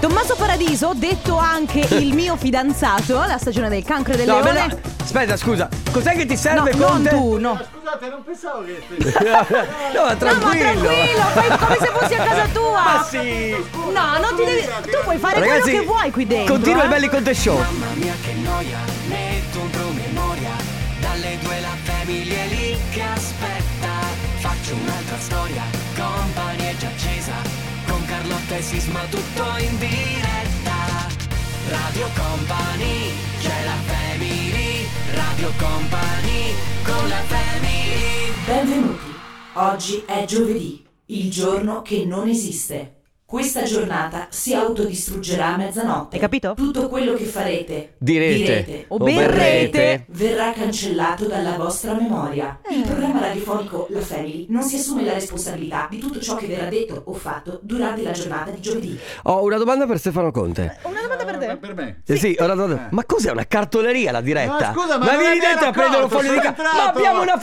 Tommaso Paradiso, detto anche il mio fidanzato, la stagione del cancro e del No, leone. me la- Aspetta, scusa, cos'è che ti No, serve non Conte? tu, no. Eh, Scusate, non pensavo che no, ma No, ma tranquillo. tranquillo, fai come se fossi a casa tua. Ma sì. No, non ti devi. Tu puoi fare Ragazzi, quello che vuoi qui dentro. Continua eh. il Belli Conte Show. Mamma mia che noia, metto un promemoria Dalle due la famiglia è lì che aspetta Faccio un'altra storia, company è già accesa Con Carlotta e Sisma tutto in diretta Radio Company, c'è la family Radio Company, con la family Benvenuti. Oggi è giovedì, il giorno che non esiste. Questa giornata si autodistruggerà a mezzanotte. Hai capito? Tutto quello che farete, Direte. O berrete. verrà cancellato dalla vostra memoria. Eh. Il programma radiofonico La Family non si assume la responsabilità di tutto ciò che verrà detto o fatto durante la giornata di giovedì. Ho una domanda per Stefano Conte. Una domanda per era te. per me. Eh Sì, ho una domanda. Ma cos'è una cartoleria la diretta? No, scusa, ma non me vieni ne dentro ero a prendere un accorto, foglio di sono carta. entrato. Ma abbiamo una Mi dai un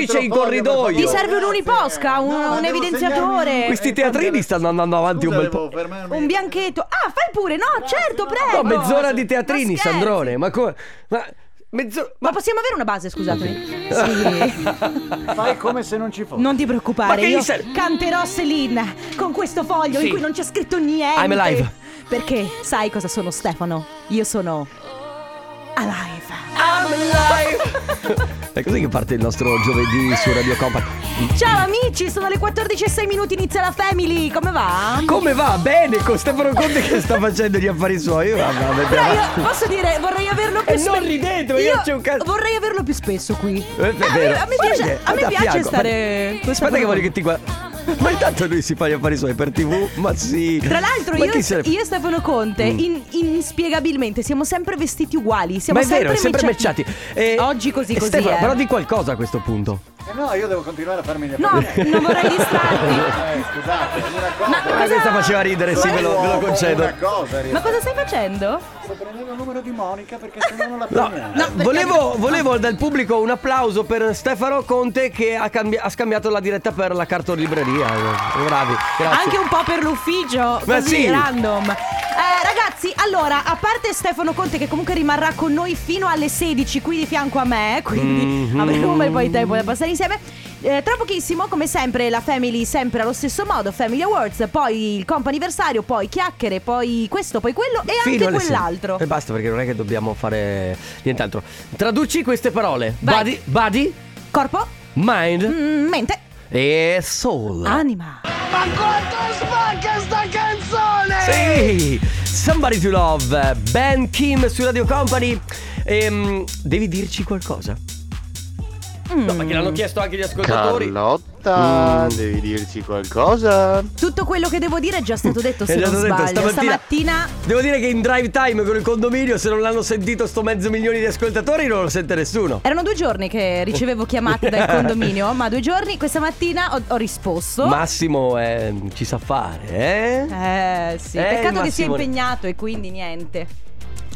altro in foglio, per corridoio. favore? Ti serve Grazie. un'iposca, un, No, ma un devo evidenziatore. segnarmi- Questi Eh, teatrini infatti, stanno andando avanti Scusa, un bel po'. devo fermarmi. Un bianchetto. Ah, fai pure, no? certo, No, Boh, prego. mezz'ora di teatrini, Ma scherzi? Sandrone. Ma come? Ma mezz'ora. Ma Ma, possiamo avere una base, scusatemi? Sì. Fai come se non ci fosse. Non ti Ma preoccupare, che io gli serve? canterò Celine con questo foglio Sì. in cui non c'è scritto niente. I'm alive. Perché sai cosa sono Stefano? Io sono alive. È così che parte il nostro giovedì su Radio Company. Ciao amici, sono le 14 e 6 minuti, inizia la family. Come va? Come va? Bene con Stefano Conte che sta facendo gli affari suoi. Vabbè, vabbè, Però vabbè. io posso dire, vorrei averlo più E spesso. Eh, non ridete, ma io c'è un cazzo- Vorrei averlo più spesso qui. Eh, è a me, vero. a me Guarda, piace, a me guarda, piace fianco. stare. con Aspetta che Stefano voglio che ti guardi. Ma intanto lui si fa gli affari suoi per tv, ma sì. Tra l'altro ma io, chi se ne- Mm. io e Stefano Conte in- inspiegabilmente siamo sempre vestiti uguali, siamo Ma è vero, sempre, è sempre mecciati. matchati. Eh, Oggi così eh, così Stefano, eh. però di qualcosa a questo punto. Eh no, io devo continuare a farmi le No, non vorrei distrarti. Eh, scusate, una cosa. Ma- Ah, questa faceva ridere, sì, ve lo, ve lo Una concedo. cosa, Ma Ria. cosa stai facendo? Sto prendendo il numero di Monica perché se no non la No, prendiamo. No, perché- volevo, volevo dal pubblico un applauso per Stefano Conte che ha, cambi- ha scambiato la diretta per la cartolibreria. Bravi, grazie. Anche un po' per l'ufficio, Ma così sì. random. Eh, ragazzi, allora, a parte Stefano Conte che comunque rimarrà con noi fino alle 16 qui di fianco a me, eh, quindi Mhm. avremo un bel po' di tempo da passare insieme. Eh, tra pochissimo, come sempre, la Family sempre allo stesso modo, Family Awards, poi il comp anniversario, poi chiacchiere, poi questo, poi quello e Fino alle anche sei. Eh. quell'altro. E basta perché non è che dobbiamo fare nient'altro. Traduci queste parole. Vai. Body, body, Corpo, mind mm, Ah, mente, e soul. anima. Sì, Somebody to Love, Ben Kim su Radio Company. Ehm, devi dirci qualcosa. Mm. No, perché l'hanno chiesto anche gli ascoltatori. Carlotta, Mm. devi dirci qualcosa. Tutto quello che devo dire è già stato detto, se È già non stato Eh, detto, sbaglio. stamattina Devo dire che in drive time con il condominio, se non l'hanno sentito sto mezzo milione di ascoltatori, non lo sente nessuno. Erano due giorni che ricevevo chiamate dal condominio, ma due giorni, questa mattina ho, ho risposto. Massimo eh, ci sa fare, eh? Ecco. Eh sì, Eh, peccato che sia Massimo. impegnato e quindi niente.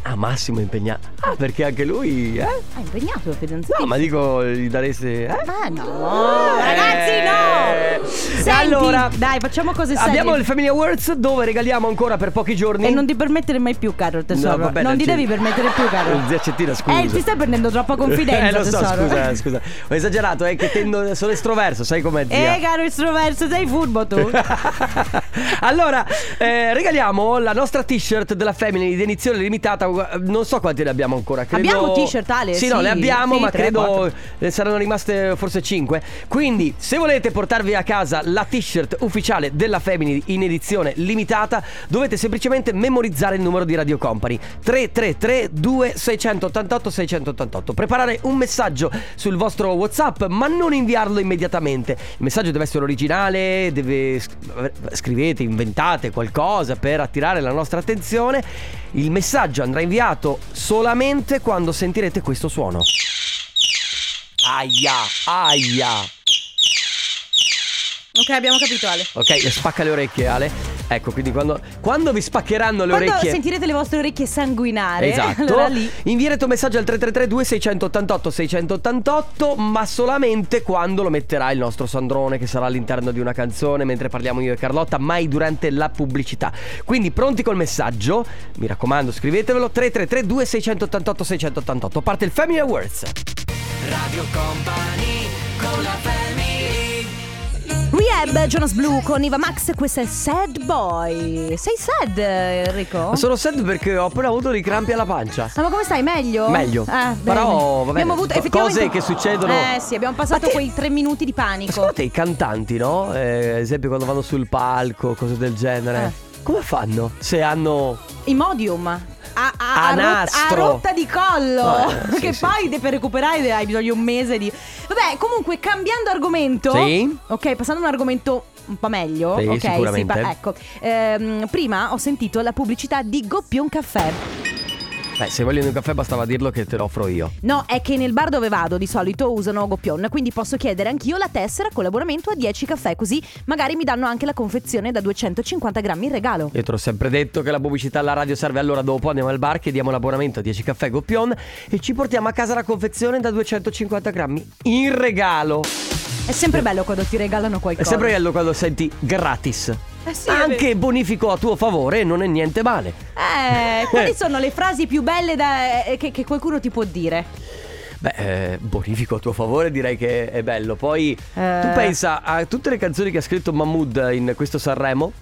Ah, Massimo è impegnato. Ah, perché anche lui, eh? Ah, impegnato il fidanzato. No, ma dico, gli dareste. Eh? Ma no, ragazzi, no! Senti, allora, dai, facciamo cose serie. Abbiamo il Family Awards dove regaliamo ancora per pochi giorni. E non ti permettere mai più, caro tesoro. No, vabbè, non ti zia- devi permettere più, caro. Zia Cettina, scusa. Eh, ti stai prendendo troppa confidenza, eh, lo so, tesoro. scusa, scusa. Ho esagerato, è che tendo, sono estroverso, sai com'è zia. Eh, caro estroverso, sei furbo tu. allora, eh, regaliamo la nostra t-shirt della Family di edizione limitata. Non so quante ne abbiamo ancora. Credo... Abbiamo t-shirt, Ale? Sì, no, Sì, le abbiamo, sì, ma tre, credo quattro. ne eh, saranno rimaste forse 5. Quindi, se volete portarvi a casa la t-shirt ufficiale della Family in edizione limitata, dovete semplicemente memorizzare il numero di Radio Company 333 2688 688. Preparare un messaggio sul vostro WhatsApp, ma non inviarlo immediatamente. Il messaggio deve essere originale, deve sc- scrivete, inventate qualcosa per attirare la nostra attenzione. Il messaggio andrà inviato solamente quando sentirete questo suono. Aia, aia. ok, abbiamo capito, Ale. Ok, spacca le orecchie Ale. Ecco, quindi quando, quando vi spaccheranno le Quando orecchie... sentirete le vostre orecchie sanguinare, Esatto. allora lì Inviate un messaggio al 3332 688 688, ma solamente quando lo metterà il nostro Sandrone che sarà all'interno di una canzone mentre parliamo io e Carlotta, mai durante la pubblicità. Quindi pronti col messaggio? Mi raccomando, scrivetevelo 3332 688 688. Parte il Family Awards. Rehab, Jonas Blue con Iva Max, questo è Sad Boy. Sei sad, Enrico? Sono sad perché ho appena avuto dei crampi alla pancia. Ah, ma come stai? Meglio? Meglio. Ah, Però, bene. vabbè, abbiamo avuto co- effettivamente- cose che succedono. Eh sì, abbiamo passato Ma te- quei tre minuti di Ma panico. Secondo te i cantanti, no? Eh, ad esempio quando vanno sul palco, cose del genere. Eh. Come fanno se hanno Imodium. A, a, a A rot- nastro. a rotta di collo. Eh, sì, che sì. poi de- per recuperare hai bisogno di un mese di. Vabbè, comunque cambiando argomento. Sì. Ok, passando a un argomento un po' meglio. Sì, ok, sicuramente. pa- ecco. Ehm, prima ho sentito la pubblicità di Goppion Caffè. Beh, se vogliono un caffè bastava dirlo che te lo offro io. No, è che nel bar dove vado di solito usano Goppion, quindi posso chiedere anch'io la tessera con l'abbonamento a 10 caffè, così magari mi danno anche la confezione da 250 grammi in regalo. Io te l'ho sempre detto che la pubblicità alla radio serve allora dopo andiamo al bar, chiediamo l'abbonamento a 10 caffè Goppion e ci portiamo a casa la confezione da 250 grammi in regalo. È sempre bello quando ti regalano È qualcosa. sempre bello quando senti gratis. Eh sì, è Anche bonifico a tuo favore non è niente male. Eh, quali sono le frasi più belle da- eh, che, che qualcuno ti può dire? Beh, eh, bonifico a tuo favore direi che è bello. Poi tu Eh. pensa a tutte le canzoni che ha scritto Mahmood in questo Sanremo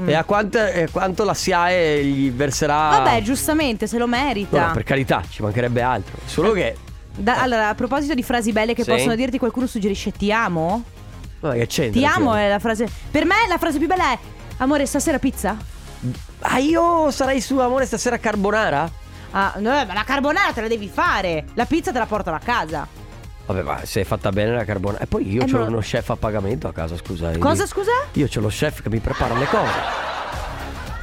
Mm. e a quante- e quanto la SIAE gli verserà... Vabbè, giustamente, se lo No, merita. no, per carità, ci mancherebbe altro. Eh. Solo che. Da- allora, a proposito di frasi belle che Sì. possono dirti, qualcuno suggerisce ti amo? Ma che c'entra? Ti amo Fiore? è la frase. Per me la frase più bella è amore, stasera pizza? eh. Ah, io sarei su amore stasera carbonara? Ah, no, ma la carbonara te la devi fare. La pizza te la portano a casa. Vabbè, ma se è fatta bene la carbonara. E poi io Eh, ho ma- uno chef a pagamento a casa, scusa. quindi- Cosa, scusa? Io ho lo chef che mi prepara le cose.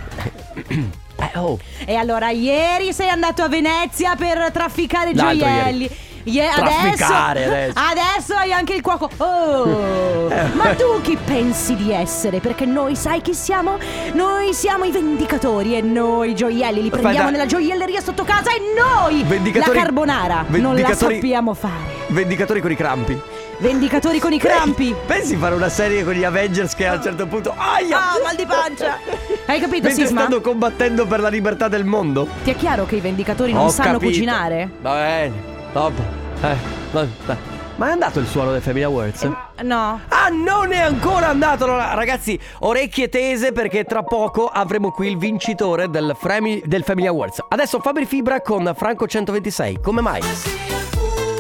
Eh, oh. E allora, ieri sei andato a Venezia per trafficare L'altro gioielli. Ie- Trafficare, adesso, adesso. Eh. adesso hai anche il cuoco. Oh, ma tu chi pensi di essere? Perché noi sai chi siamo? Noi siamo i vendicatori e noi i gioielli li prendiamo Aspetta. nella gioielleria sotto casa e noi Vendicatori- la carbonara non la vendicatori- sappiamo fare. Vendicatori con i crampi. Vendicatori con i crampi. Pensi fare una serie con gli Avengers che a un certo punto. Aia! Ah, mal di pancia. Hai capito, Mentre Sisma? stanno combattendo per la libertà del mondo? Ti è chiaro che i vendicatori non Ho sanno capito. cucinare? Va bene, dopo. Eh, va- va- Ma è andato il suono del Family Awards? Eh. No. Ah, non è ancora andato! Allora, ragazzi, orecchie tese perché tra poco avremo qui il vincitore del, Fremi- del Family Awards. Adesso Fabri Fibra con Franco 126. Come mai?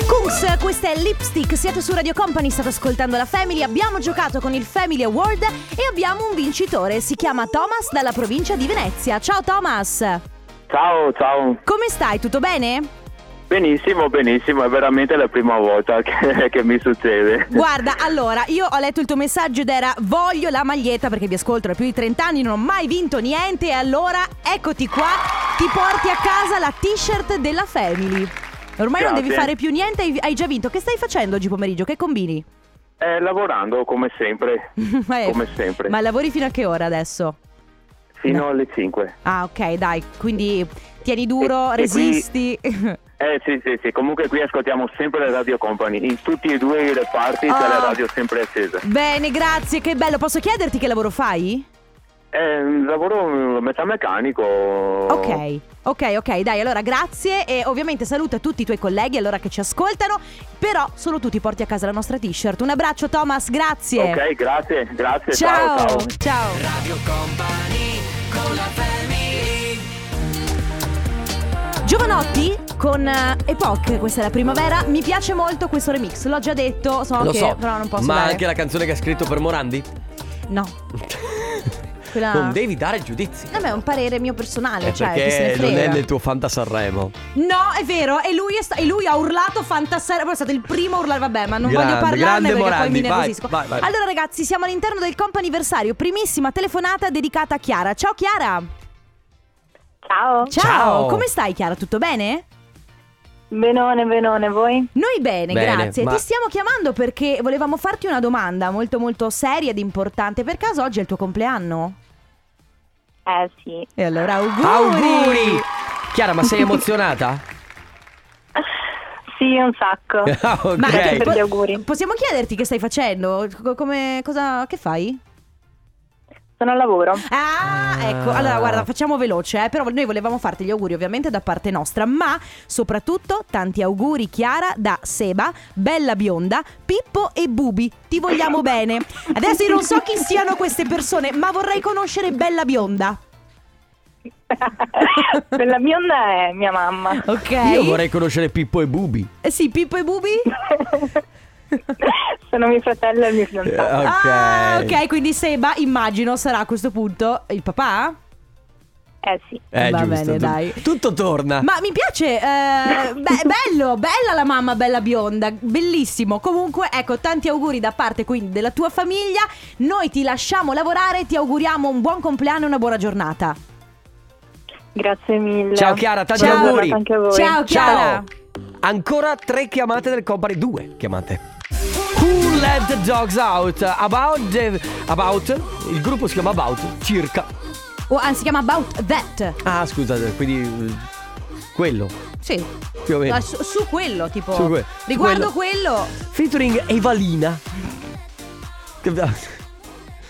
Kungs, questa è Lipstick, siete su Radio Company, state ascoltando la Family, abbiamo giocato con il Family Award e abbiamo un vincitore, si chiama Thomas dalla provincia di Venezia. Ciao Thomas! Ciao, ciao. Come stai? Tutto bene? Benissimo, benissimo, è veramente la prima volta che, che mi succede. Guarda, allora, io ho letto il tuo messaggio ed era voglio la maglietta perché vi ascolto da più di 30 anni, non ho mai vinto niente e allora eccoti qua, ti porti a casa la t-shirt della Family. Ormai non Grazie. devi fare più niente, hai- hai già vinto. Che stai facendo oggi pomeriggio? Che combini? Eh, lavorando come sempre, Eh, Come sempre. Ma lavori fino a che ora adesso? fino No. alle 5. Ah, ok, dai, quindi tieni duro, E- e resisti. Eh sì, sì, sì, comunque qui ascoltiamo sempre la Radio Company, in tutti e due i reparti c'è la Oh. radio sempre accesa. Bene, grazie, che bello. Posso chiederti che lavoro fai? Eh, lavoro eh, metà meccanico. Ok. Ok, ok, dai, allora grazie e ovviamente saluta tutti i tuoi colleghi allora che ci ascoltano, però solo tu ti porti a casa la nostra t-shirt. Un abbraccio Thomas, grazie. Ok, grazie, grazie. Ciao, ciao. ciao. ciao. Giovanotti con eh, Epoch, questa è la primavera. Mi piace molto questo remix, l'ho già detto, so Lo che so. però non posso ma dare. anche la canzone che ha scritto per Morandi? No. Quella Non devi dare giudizi. Vabbè, è un parere mio personale, Eh, Ah. cioè, chi se ne perché non frega. è nel tuo Fanta Sanremo. No, è vero, e lui, è sta- e lui ha urlato fantasera, poi è stato il primo a urlare, vabbè, ma non Grande, voglio grande parlarne perché poi mi Morandi, vai, nervosisco. vai, vai. Allora ragazzi, siamo all'interno del comp'anniversario, primissima telefonata dedicata a Chiara. Ciao Chiara! Ciao, Ciao! Ciao. Come stai Chiara? Tutto bene? benone, benone, voi? Noi bene, Bene, grazie. ma- Ti stiamo chiamando perché volevamo farti una domanda molto molto seria ed importante. Per caso oggi è il tuo compleanno? Eh sì. E allora auguri. Auguri! Chiara, ma sei emozionata? Sì, un sacco. Ah, ok. Ma Grazie po- per gli auguri. possiamo chiederti che stai facendo? Co- Come, cosa, che fai? Sono al lavoro. Ah, Ah. ecco. Allora, guarda, facciamo veloce, eh. però noi volevamo farti gli auguri ovviamente da parte nostra, ma soprattutto tanti auguri Chiara da Seba, Bella Bionda, Pippo e Bubi. Ti vogliamo bene. Adesso io non so chi siano queste persone, ma vorrei conoscere Bella Bionda. Quella bionda è mia mamma. Ok. Io vorrei conoscere Pippo e Bubi. Eh sì, Pippo e Bubi? Sono mio fratello e mio Eh, fidanzato. Ah, ok, quindi Seba, immagino, sarà a questo punto il papà? Eh sì. Eh, Va giusto, bene, tu- dai. Tutto torna. Ma mi piace, eh, be- bello, bella la mamma, bella bionda, bellissimo. Comunque, ecco, tanti auguri da parte quindi della tua famiglia. Noi ti lasciamo lavorare, ti auguriamo un buon compleanno e una buona giornata. Grazie mille. Ciao, Chiara, tanti Buona auguri. giornata anche a voi. Ciao Chiara. Ancora tre chiamate del company, due chiamate. Who let the dogs out? About, the- about, il gruppo si chiama About, circa. Oh, anzi, si chiama About That. Ah, scusa, quindi eh, quello, Sì. Ah, più o meno. Su, su quello, tipo. Su que- Riguardo quello. Featuring Evalina. Che-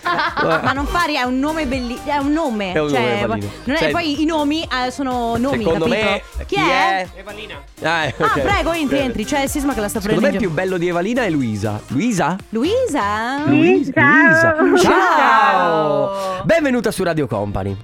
Ma non fare è un nome bellissimo. Ah. È un nome. È un cioè, nome, Evalina. non è- Cioè- poi i nomi eh, sono nomi, Secondo capito? me, Chi è? Evalina. Ah, eh, Ah, ok. prego, entri, entri. Cioè, Sisma che la sta Secondo prendendo. me il più bello di Evalina è Luisa. Luisa? Luisa? Luisa. ciao. Luisa. Ciao. Ciao. Benvenuta su Radio Company.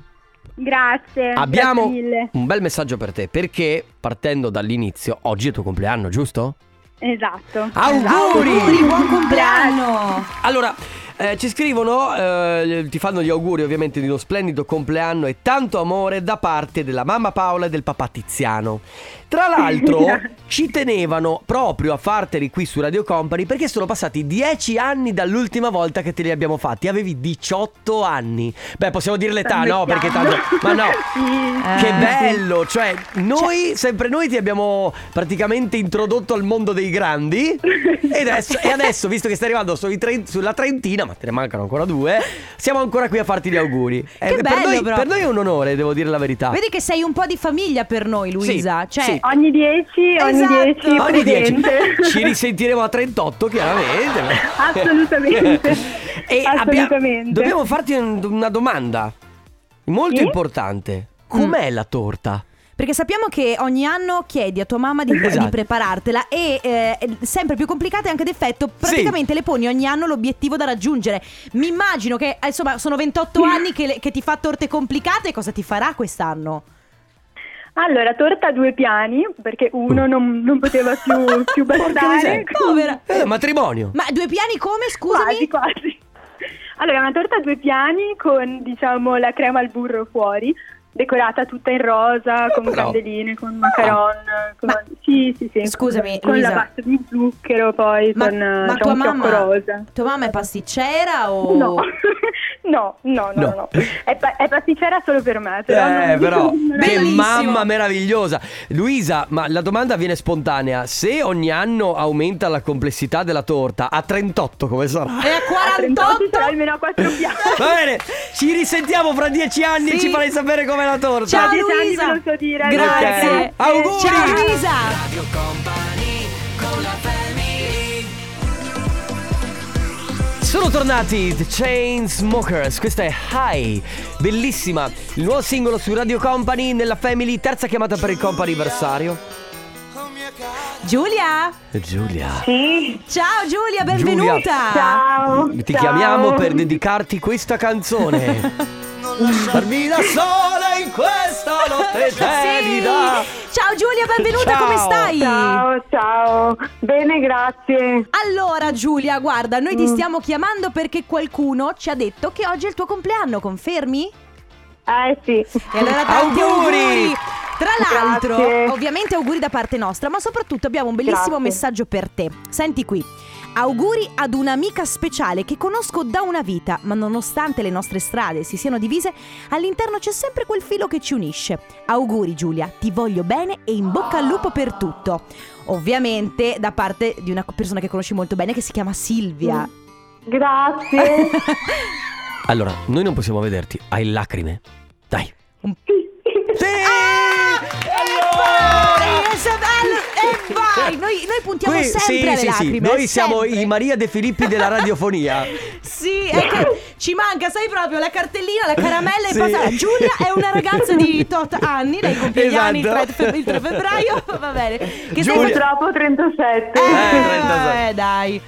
Grazie. Abbiamo un bel messaggio per te perché partendo dall'inizio, oggi è il tuo compleanno, giusto? Esatto. Auguri! Auguri, buon compleanno! Allora, eh, ci scrivono, eh, ti fanno gli auguri ovviamente di uno splendido compleanno e tanto amore da parte della mamma Paola e del papà Tiziano. Tra l'altro ci tenevano proprio a farteli qui su Radio Company perché sono passati 10 anni dall'ultima volta che te li abbiamo fatti, avevi 18 anni. Beh, possiamo dire l'età, no? Perché tanto... Ma no! Che Eh, bello, cioè noi, sempre noi ti abbiamo praticamente introdotto al mondo dei grandi e adesso, e adesso, visto che stai arrivando sui tre- sulla Trentina, ma te ne mancano ancora due, siamo ancora qui a farti gli auguri. Eh, Che per, bello, noi, però. per noi è un onore, devo dire la verità. Vedi che sei un po' di famiglia per noi, Luisa. Ah. Sì, cioè, sì. Ogni 10, ogni Esatto. 10 Ogni Ogni dieci. presente. Ci risentiremo a 38 chiaramente. Assolutamente. e abbiamo- Assolutamente. dobbiamo farti un- una domanda molto Sì? importante. Com'è la torta? Perché sappiamo che ogni anno chiedi a tua mamma di, Esatto. di preparartela e eh, è sempre più complicata e anche d'effetto praticamente le poni ogni anno l'obiettivo da raggiungere. Mi immagino che, eh, insomma, sono 28 anni che, le- che ti fa torte complicate, cosa ti farà quest'anno? Allora, torta a due piani, perché uno non, non poteva più, più Mm. Porca miseria. bastare. Povera. Eh, matrimonio. Ma due piani come, scusami? Quasi, quasi. Allora, una torta a due piani con, diciamo, la crema al burro fuori, decorata tutta in rosa, con però. candeline, con macaron, con... Ah. Ma- Sì, sì, sì. Scusami, Con Luisa. la pasta di zucchero, poi, Ma, con ma eh, c'è tua, un fiocco mamma, Oh. rosa. tua mamma è pasticcera o... No. no, no, No. no, no, no. È, pa- è pasticcera solo per me, però... Eh, non- però, non è- che Bellissimo. mamma meravigliosa. Luisa, ma la domanda viene spontanea. Se ogni anno aumenta la complessità della torta, a 38 come sarà? È a 38 sarà 48? almeno a quattro piani. Va bene, ci risentiamo fra dieci anni e Sì. ci farai sapere com'è la torta. Ciao dieci anni Luisa! ve lo so dire, Grazie! allora. Ok. Auguri. Ciao Luisa! Sono tornati The Chainsmokers, questa è High, bellissima, il nuovo singolo su Radio Company nella Family, terza chiamata per il comp anniversario. Giulia! Giulia, Sì, Ciao Giulia, benvenuta! ciao. ti ciao. chiamiamo per dedicarti questa canzone. Farmi da sola in questa notte gelida. Sì. Ciao Giulia, benvenuta, Ciao. come stai? Ciao, ciao. Bene, grazie. Allora Giulia, guarda, noi Mm. ti stiamo chiamando perché qualcuno ci ha detto che oggi è il tuo compleanno, confermi? Eh sì. E allora tanti Auguri. auguri! Tra l'altro, Grazie. ovviamente auguri da parte nostra, ma soprattutto abbiamo un bellissimo Grazie. messaggio per te. Senti qui. Auguri ad un'amica speciale che conosco da una vita, ma nonostante le nostre strade si siano divise, all'interno c'è sempre quel filo che ci unisce. Auguri Giulia, ti voglio bene e in bocca al lupo per tutto. Ovviamente da parte di una persona che conosci molto bene che si chiama Silvia. Mm, Grazie. eh, Allora, noi non possiamo vederti, hai lacrime. Dai. Sì. Sì! Ah! Vai, e se- all- e eh, vai! Noi, noi puntiamo Qui- sempre sì, alle sì, lacrime. sì. Noi siamo sempre. i Maria De Filippi della radiofonia. Sì, è che ci manca, sai proprio, la cartellina, la caramella e Sì. passa. Giulia è una ragazza di tot anni, lei compie gli anni il 3, Esatto. fe- il 3 febbraio, va bene. Che Giulia. Purtroppo 37. Eh, Eh, 36. eh, dai.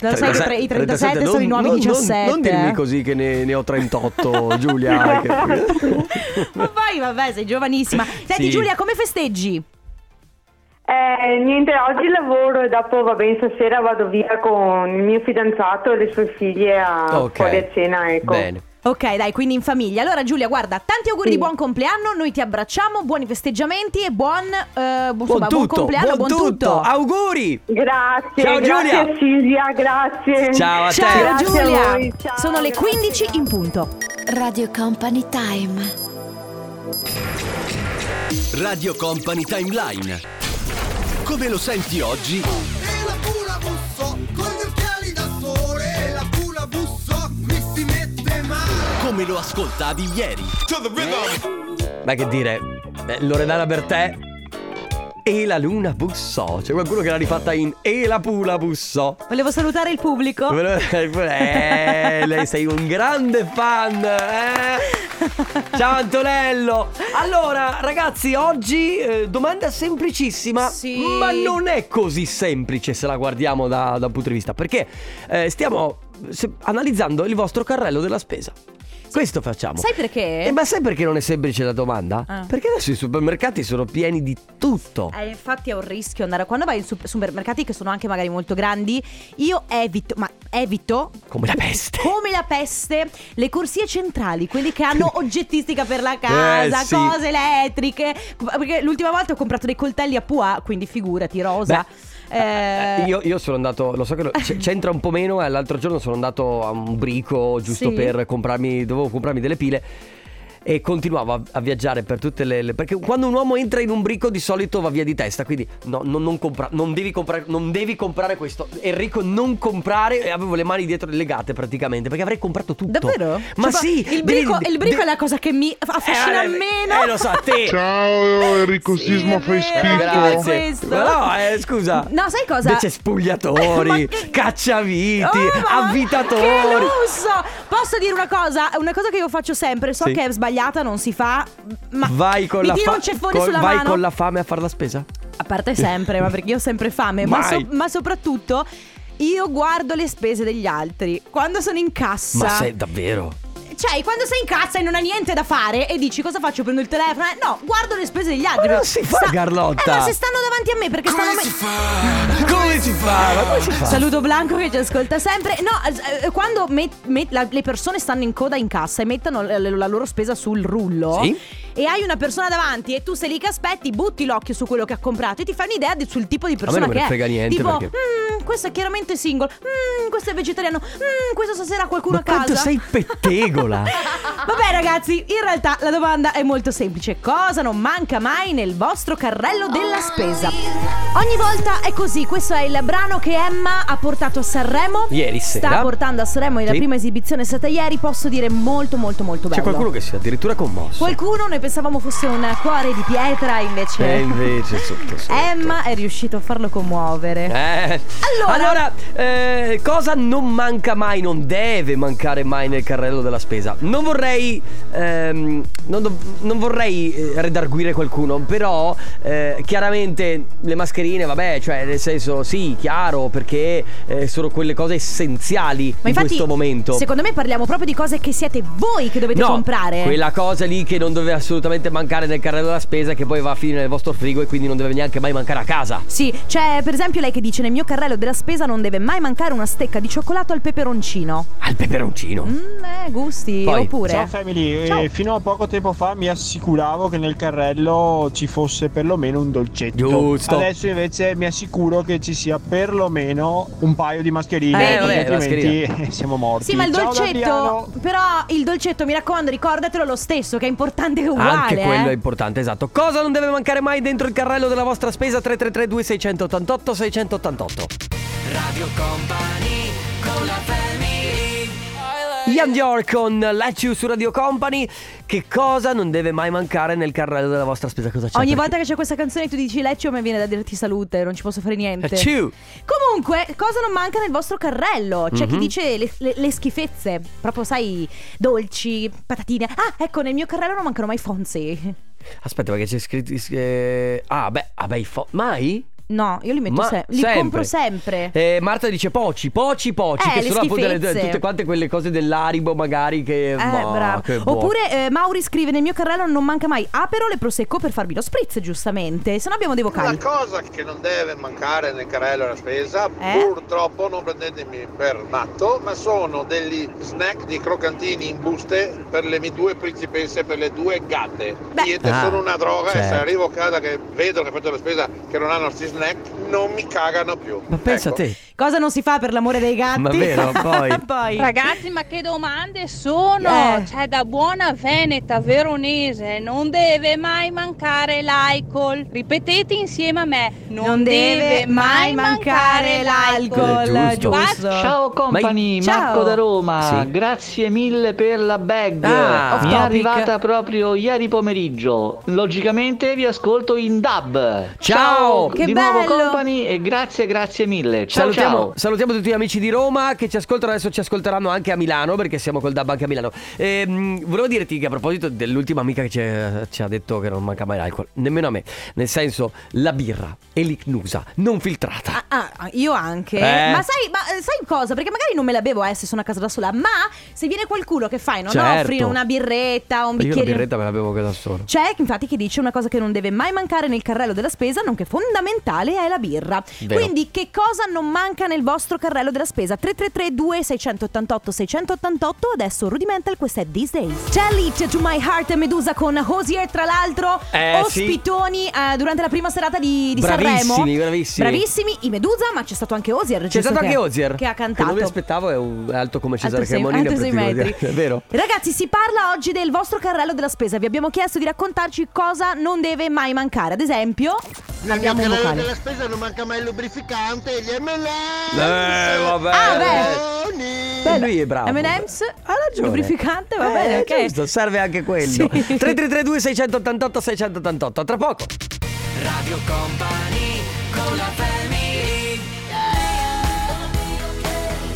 Lo sai che tre- i 37, sono i nuovi non- non- 17. Non, eh. dirmi così che ne, ne ho 38, Giulia. anche. Ma poi, vabbè, sei giovanissima. Senti, Sì. Giulia, come festeggi? Eh, niente, oggi lavoro e dopo va bene, stasera vado via con il mio fidanzato e le sue figlie a Ok. fuori a cena, ecco. Bene. Ok, dai, quindi in famiglia. Allora, Giulia, guarda, tanti auguri Sì. di buon compleanno. Noi ti abbracciamo, buoni festeggiamenti e buon, eh, bu- Buon insomma, buon tutto, compleanno, buon, tutto. Auguri. Grazie, Ciao, grazie Giulia. Silvia, grazie. Ciao a te. Ciao Grazie a Giulia, voi, ciao, sono le grazie, 15 grazie. in punto. Radio Company Time. Radio Company Timeline. Come lo senti oggi? E la pula busso, con gli occhiali da sole, la pula busso, mi si mette male. Come lo ascoltavi ieri? Ma che dire, eh, Loredana Bertè e la luna bussò. C'è qualcuno che l'ha rifatta in e la pula bussò. Volevo salutare il pubblico. Eh, lei sei un grande fan. eh? Ciao Antonello. Allora, ragazzi, oggi eh, domanda semplicissima, Sì. ma non è così semplice se la guardiamo da, da un punto di vista, perché eh, stiamo se- analizzando il vostro carrello della spesa. Questo facciamo. Sai perché? Eh, ma sai perché non è semplice la domanda? Ah. Perché adesso i supermercati sono pieni di tutto. Eh, infatti è un rischio andare quando vai in sup- supermercati che sono anche magari molto grandi. Io evito, ma evito Come la peste. come la peste le corsie centrali, quelli che hanno oggettistica per la casa, Eh, sì. cose elettriche. Perché l'ultima volta ho comprato dei coltelli a Pua, quindi figurati, rosa. Eh, Eh, Io, io sono andato, lo so che lo- c- c'entra un po' meno, eh, l'altro giorno sono andato a un brico giusto Sì. per comprarmi, dovevo comprarmi delle pile e continuavo a, a viaggiare per tutte le, le- Perché quando un uomo entra in un brico di solito va via di testa, quindi no, non, non compra- non devi comprare, non devi comprare questo. Enrico non comprare e avevo le mani dietro legate praticamente perché avrei comprato tutto. Davvero? Ma Cioè, sì! Il brico, devi- il brico devi- è la cosa che mi affascina eh, meno. Eh, lo so, a te. Ciao Enrico Sì, Sisma, è fai vero. schifo. Grazie. questo. Ma no, eh, scusa. No, sai cosa? Invece spugliatori, Ma che- cacciaviti, Oh, ma- avvitatori. Che lusso! Posso dire una cosa? Una cosa che io faccio sempre, so Sì. che è sbagliata, non si fa, ma Vai con mi la tiro fa- un ceffone col- sulla vai mano. con la fame a fare la spesa? A parte sempre, ma perché io ho sempre fame, ma, Mai. so- ma soprattutto io guardo le spese degli altri. Quando sono in cassa, Ma sei davvero? cioè quando sei in cassa e non hai niente da fare e dici cosa faccio? Prendo il telefono? Eh, no, guardo le spese degli altri. non si fa, Carlotta. Eh, ma se stanno davanti a me perché stanno me- Come si fa? Ma come si fa? Saluto Blanco che ci ascolta sempre. No, eh, eh, quando met- met- la- le persone stanno in coda in cassa e mettono l- l- la loro spesa sul rullo Sì. e hai una persona davanti e tu sei lì che aspetti, butti l'occhio su quello che ha comprato e ti fai un'idea di- sul tipo di persona non me che ne è. frega niente, tipo, perché- "Mm, questo è chiaramente single, Mm, questo è vegetariano, Mm, questo stasera ha qualcuno Ma a casa. quanto sei pettegola. Vabbè ragazzi, in realtà la domanda è molto semplice. Cosa non manca mai nel vostro carrello della spesa? Ogni volta è così, questo è il brano che Emma ha portato a Sanremo. Ieri sera. Sta portando a Sanremo la Sì. prima esibizione è stata ieri, posso dire molto molto molto bello. C'è qualcuno che si è addirittura commosso. Qualcuno, noi pensavamo fosse un cuore di pietra, invece... E invece sotto sotto. Emma è riuscito a farlo commuovere. Eh. Allora- Allora, eh, cosa non manca mai, non deve mancare mai nel carrello della spesa? Non vorrei, ehm, non, dov- non vorrei eh, redarguire qualcuno, però eh, chiaramente le mascherine, vabbè, cioè nel senso sì, chiaro, perché eh, sono quelle cose essenziali Ma in infatti, questo momento. secondo me parliamo proprio di cose che siete voi che dovete No, comprare. quella cosa lì che non deve assolutamente mancare nel carrello della spesa, che poi va a finire nel vostro frigo e quindi non deve neanche mai mancare a casa. Sì, c'è per esempio lei che dice nel mio carrello della spesa non deve mai mancare una stecca di cioccolato al peperoncino. Al peperoncino. Mm, eh, gusti, Poi- oppure... Ciao family, Ciao. Eh, fino a poco tempo fa mi assicuravo che nel carrello ci fosse perlomeno un dolcetto. Giusto. Adesso invece mi assicuro che ci sia perlomeno un paio di mascherine, Eh, perché vabbè, altrimenti siamo morti. Sì, ma il Ciao, dolcetto, Damiano. però il dolcetto, mi raccomando, ricordatelo lo stesso, che è importante che è uguale. Anche eh. quello è importante, esatto. Cosa non deve mancare mai dentro il carrello della vostra spesa? 3332 688 688. Radio Company con la family. Ian Dior con Let You su Radio Company. Che cosa non deve mai mancare nel carrello della vostra spesa? Cosa c'è? Ogni per volta che c'è questa canzone tu dici Leccio mi viene da dirti salute, non ci posso fare niente. Eh, ciu. Comunque, cosa non manca nel vostro carrello? C'è chi Mhm. dice le, le- le schifezze, proprio sai, dolci, patatine. Ah, ecco, nel mio carrello non mancano mai fonzi. chi? Aspetta, perché c'è scritto. eh, Ah, beh, ah, beh, i fo- mai? No, io li metto Ma- sempre, li compro sempre. Eh, Marta dice poci, poci, poci, Eh, che le sono appunto le- schifezze. tutte quante quelle cose dell'aribo magari che... Eh, ma, bravo. che buono. Oppure eh, Mauri scrive: Nel mio carrello non manca mai aperole e prosecco per farmi lo spritz, giustamente. Se no abbiamo dei vocali. Una cosa che non deve mancare nel carrello della spesa, Eh? purtroppo non prendetemi per matto, ma sono degli snack di croccantini in buste per le mie due principesse e per le due gatte. Diete Ah, sono una droga e se Cioè, certo. arrivo a casa che vedo che faccio la spesa che non hanno questi snack, non mi cagano più. Ma pensa a te. Cosa non si fa per l'amore dei gatti? Ma vero, poi. Ragazzi, ma che domande sono? Eh. Cioè, da buona veneta veronese non deve mai mancare l'alcol. Ripetete insieme a me: non, Non deve mai mancare l'alcol, Eh, giusto. giusto. Ciao company, Ma- Ciao. Marco da Roma. Sì. Grazie mille per la bag. Ah, off Mi è topic. arrivata proprio ieri pomeriggio. Logicamente vi ascolto in dub. Ciao. Che di nuovo bello. company e grazie, grazie mille. Ciao salutiamo, ciao. salutiamo tutti gli amici di Roma che ci ascoltano, adesso ci ascolteranno anche a Milano perché siamo col DAB anche a Milano. Ehm, volevo dirti che a proposito dell'ultima amica che ci, ci ha detto che non manca mai l'alcol, nemmeno a me, nel senso la birra è l'ignusa, non filtrata. Ah, io anche. Eh. Ma, sai, ma eh, sai cosa? Perché magari non me la bevo eh, se sono a casa da sola. Ma se viene qualcuno che fai, non Certo. offri una birretta, un Io la bicchiere. birretta me la bevo da solo. C'è infatti chi dice una cosa che non deve mai mancare nel carrello della spesa, nonché fondamentale, è la birra. Vero. Quindi che cosa non manca nel vostro carrello della spesa? 333 688 688 adesso Rudimental, questa è These Days. C'è Lit to My Heart e Medusa con Hosier, tra l'altro, Eh, sì. ospitoni eh, durante la prima serata di, di Bravissimi, Sanremo. bravissimi. Bravissimi, i Medusa, ma c'è stato anche Hosier. C'è giusto stato che- anche Ozier. Che ha cantato. Che non mi aspettavo, è un- è alto come Cesare Alto sei- Cremonini. alto sei per metri. dire- È vero. Ragazzi, si parla oggi del vostro carrello della spesa. Vi abbiamo chiesto di raccontarci cosa non deve mai mancare. Ad esempio, abbiamo un vocale. spesa non manca mai il lubrificante, gli M&M. Eh, vabbè. Ah, Beh, lui è bravo. M&M's, ha ragione. Lubrificante, va Eh, bene, ok. giusto, serve anche quello. 3332 688 688, tra poco. Radio Company con la family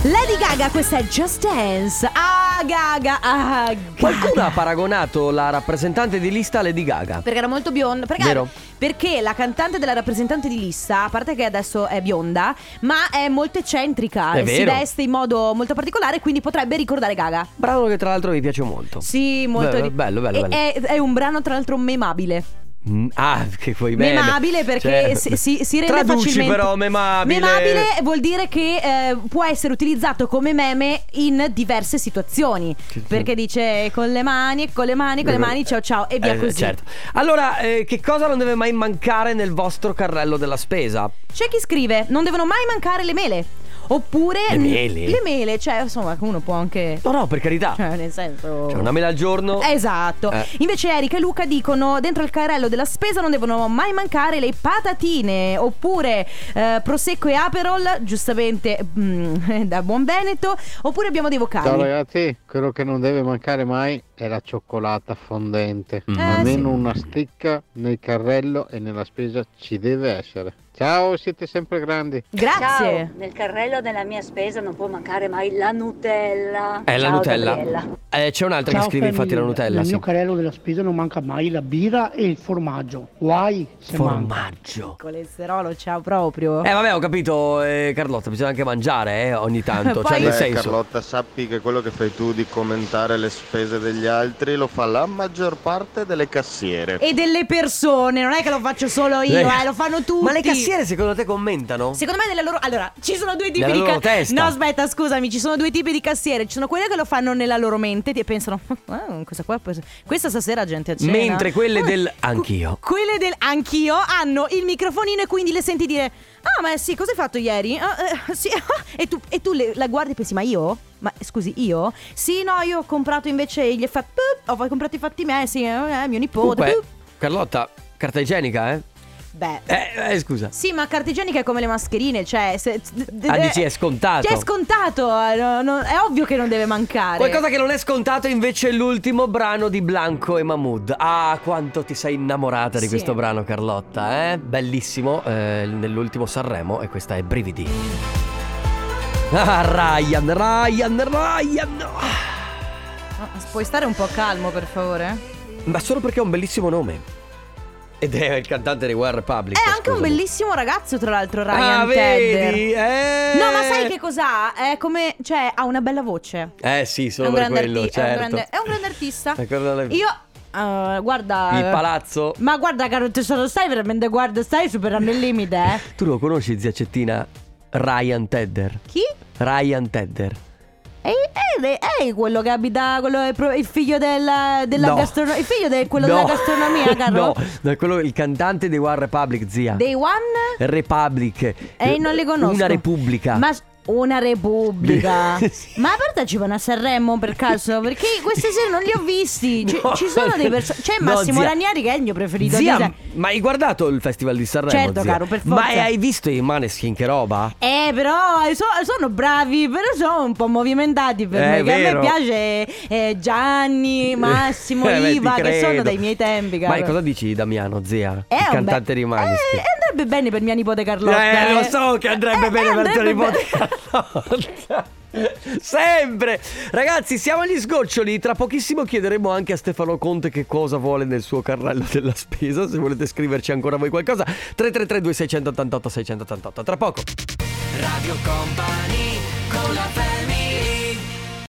Lady Gaga, questa è Just Dance. Ah, Gaga, ah, Gaga. Qualcuno ha paragonato la rappresentante di lista a Lady Gaga. Perché era molto bionda. Perché, Vero. perché la cantante della rappresentante di lista, a parte che adesso è bionda, ma è molto eccentrica. È e si vero. veste in modo molto particolare, quindi potrebbe ricordare Gaga. Brano che tra l'altro mi piace molto. Sì, molto Certo. Bello, ri- bello, bello, e- bello. È, è un brano, tra l'altro, memabile. Mm, Ah, che poi bene. Memabile perché Certo. si, si- si rende Traduci facilmente. però memabile. Memabile vuol dire che eh, può essere utilizzato come meme in diverse situazioni. Perché dice con le mani, con le mani, con le mani, ciao ciao Ah, e via Eh, così. certo. Allora, eh, che cosa non deve mai mancare nel vostro carrello della spesa? C'è chi scrive: Non devono mai mancare le mele. Oppure Le mele? le mele, cioè, insomma, uno può anche. No, no, per carità. Cioè, nel senso. Cioè, una mela al giorno. Esatto. Eh. Invece Erika e Luca dicono: dentro il carrello della spesa non devono mai mancare le patatine. Oppure eh, prosecco e aperol, giustamente mm, da buon Veneto. Oppure abbiamo dei vocali. Ciao ragazzi, quello che non deve mancare mai è la cioccolata fondente. Mm. Eh, Almeno sì. una sticca nel carrello e nella spesa ci deve essere. Ciao, siete sempre grandi. Ciao, nel carrello della mia spesa non può mancare mai la Nutella. esatto. È Eh, la Ciao, Nutella. Gabriella. Eh, c'è un'altra che scrive infatti la Nutella. Nel Sì. mio carrello della spesa non manca mai la birra e il formaggio. Guai se manca. Formaggio. Colesterolo, ciao proprio. Eh vabbè ho capito eh, Carlotta bisogna anche mangiare eh, ogni tanto Cioè nel Beh, senso Carlotta, sappi che quello che fai tu di commentare le spese degli altri lo fa la maggior parte delle cassiere. E delle persone, non è che lo faccio solo io, Eh. eh, lo fanno tutti. Ma le cassiere secondo te commentano? Secondo me nella loro Allora, ci sono due tipi Nella di loro ca- testa. No, aspetta, scusami, ci sono due tipi di cassiere. Ci sono quelle che lo fanno nella loro mente e pensano "Ah, questa qua può essere- questa stasera gente a cena". Mentre quelle Ah, del anch'io quelle del anch'io hanno il microfonino e quindi le senti dire "Ah, ma sì, cosa hai fatto ieri?" "Ah, eh, sì, ah." E tu, e tu le- la guardi e pensi "Ma io?" Ma scusi, io? Sì, no, io ho comprato invece gli effetti. Ho comprato i fatti miei, sì, eh, mio nipote. Comunque pup. Carlotta carta igienica eh Beh. Eh, eh, scusa. Sì, ma carta igienica è come le mascherine, cioè... Se, Ah, dici, è scontato. Cioè, è scontato, eh, no- no- è ovvio che non deve mancare. Qualcosa che non è scontato è invece l'ultimo brano di Blanco e Mahmood. Ah, quanto ti sei innamorata di Sì. questo brano, Carlotta, eh? Bellissimo, eh, nell'ultimo Sanremo e questa è Brividi. Ah, Ryan, Ryan, Ryan. Ah, Ah, Puoi stare un po' calmo, per favore? Ma solo perché ha un bellissimo nome. Ed è il cantante di War Republic. È Eh, anche un scusami. bellissimo ragazzo, tra l'altro, Ryan Ah, Tedder. vedi? Eh. No, ma sai che cos'ha? È come. Cioè, ha una bella voce. Eh sì, è, solo un per grande quello, arti- è, un certo. grande, è un grande artista. È quello della- Io. eh, guarda. Il eh, palazzo. Ma guarda, caro tesoro, stai veramente. Guarda, stai superando il limite, eh. Tu lo conosci, zia Cettina? Ryan Tedder. Chi? Ryan Tedder. Ehi, ehi, ehi, quello che abita. Quello, è pro- il figlio della, della No. gastronomia. Il figlio del, quello No. della gastronomia, caro. No, no, è quello il cantante dei One Republic, zia. Dei One. Republic. E non li conosco. Eh, Una repubblica. Ma una repubblica. Sì. Ma partecipano a Sanremo per caso? Perché queste sere non li ho visti. Ci, No. ci sono dei personaggi. C'è No, Massimo zia. Ranieri che è il mio preferito. Zia, Dice- ma hai guardato il festival di Sanremo? Certo, zia? caro, per Ma forza. hai visto i Maneskin che roba? Eh, però eh, so- sono bravi, però sono un po' movimentati per me. Eh, Che a me vero. piace eh, Gianni, Massimo, Eh, beh, ti Iva, che sono credo. dei miei tempi. Ma caro. cosa dici Damiano, zia? È il un cantante be- di Maneskin. Eh, andrebbe bene per mia nipote Carlotta. Eh, lo so che andrebbe Eh, bene per tuo andrebbe nipote Carlotta. Sempre Ragazzi siamo agli sgoccioli Tra pochissimo chiederemo anche a Stefano Conte Che cosa vuole nel suo carrello della spesa Se volete scriverci ancora voi qualcosa 333 2688 688 Tra poco Radio Company con la pe-